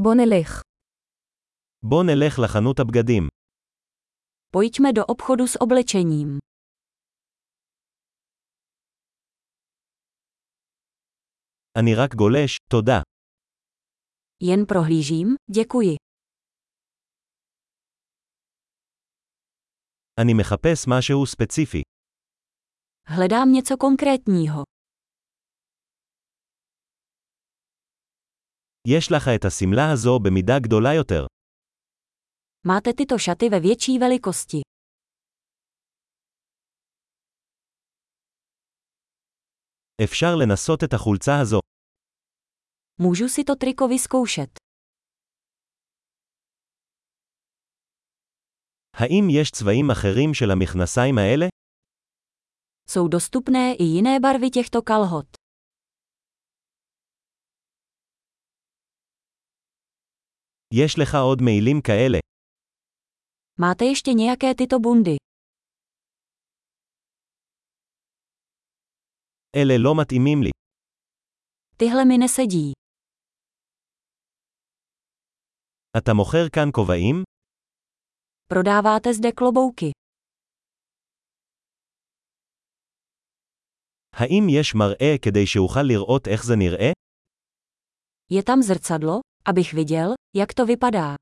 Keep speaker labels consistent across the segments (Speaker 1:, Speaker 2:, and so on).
Speaker 1: Bוא נלך.
Speaker 2: בוא נלך לחנות הבגדים.
Speaker 1: Pojďme do obchodu s oblečením.
Speaker 2: אני רק גולש, תודה.
Speaker 1: Jen prohlížím, děkuji.
Speaker 2: אני מחפש משהו ספציפי.
Speaker 1: Hledám něco konkrétního.
Speaker 2: יש לך את השמלה הזו במידה גדולה יותר.
Speaker 1: Máte tyto šaty ve větší velikosti.
Speaker 2: אפשר לנסות את החולצה הזו.
Speaker 1: Můžu si to triko vyzkoušet.
Speaker 2: האם יש צבעים אחרים של המכנסיים האלה?
Speaker 1: Jsou dostupné i jiné barvy těchto kalhot.
Speaker 2: יש לך עוד מעילים כאלה.
Speaker 1: Máte ještě nějaké tyto bundy?
Speaker 2: אלה לא מתאימים לי.
Speaker 1: Tyhle mi nesedí.
Speaker 2: אתה מוכר כאן כובעים?
Speaker 1: Prodáváte zde klobouky.
Speaker 2: האם יש מראה כדי שאוכל lirot איך זה נראה?
Speaker 1: Je tam zrcadlo, abych viděl, jak to vypadá.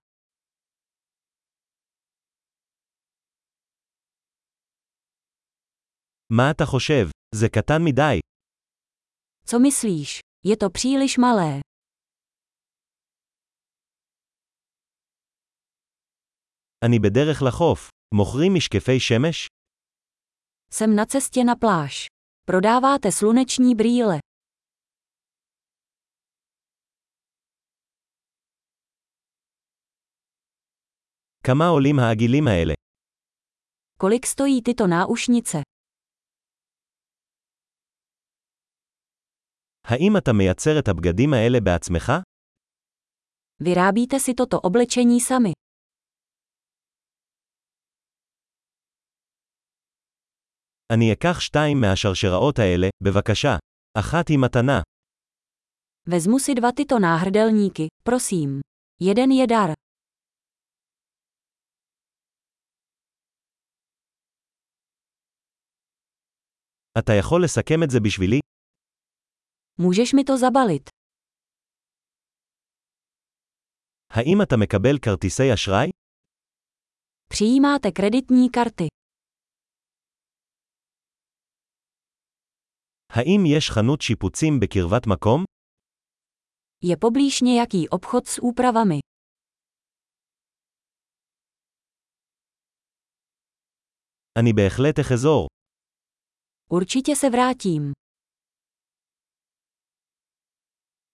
Speaker 2: מה אתה חושב? זה קטן מדי.
Speaker 1: Co myslíš? Je to příliš malé.
Speaker 2: אני בדרך לחוף. מוכרים משקפי שמש?
Speaker 1: Jsem na cestě na pláž. Prodáváte sluneční brýle.
Speaker 2: כמה עולים העגילים האלה?
Speaker 1: Kolik stojí tyto náušnice?
Speaker 2: האם אתה מייצר את הבגדים האלה בעצמך?
Speaker 1: Vyrábíte si toto oblečení sami.
Speaker 2: אני אקח שתיים מהשרשראות האלה, בבקשה. אחת היא מתנה.
Speaker 1: Vezmu si dva tyto náhrdelníky, prosím. Jeden je dar.
Speaker 2: אתה יכול לסכם את זה בשבילי?
Speaker 1: Můžeš mi to zabalit.
Speaker 2: האם אתה מקבל כרטיסי אשראי?
Speaker 1: Přijímáte kreditní karty.
Speaker 2: האם יש חנות שיפוצים בקרבת מקום?
Speaker 1: Je poblíž nějaký obchod s úpravami.
Speaker 2: אני בהחלט אחזור.
Speaker 1: Určitě se vrátím.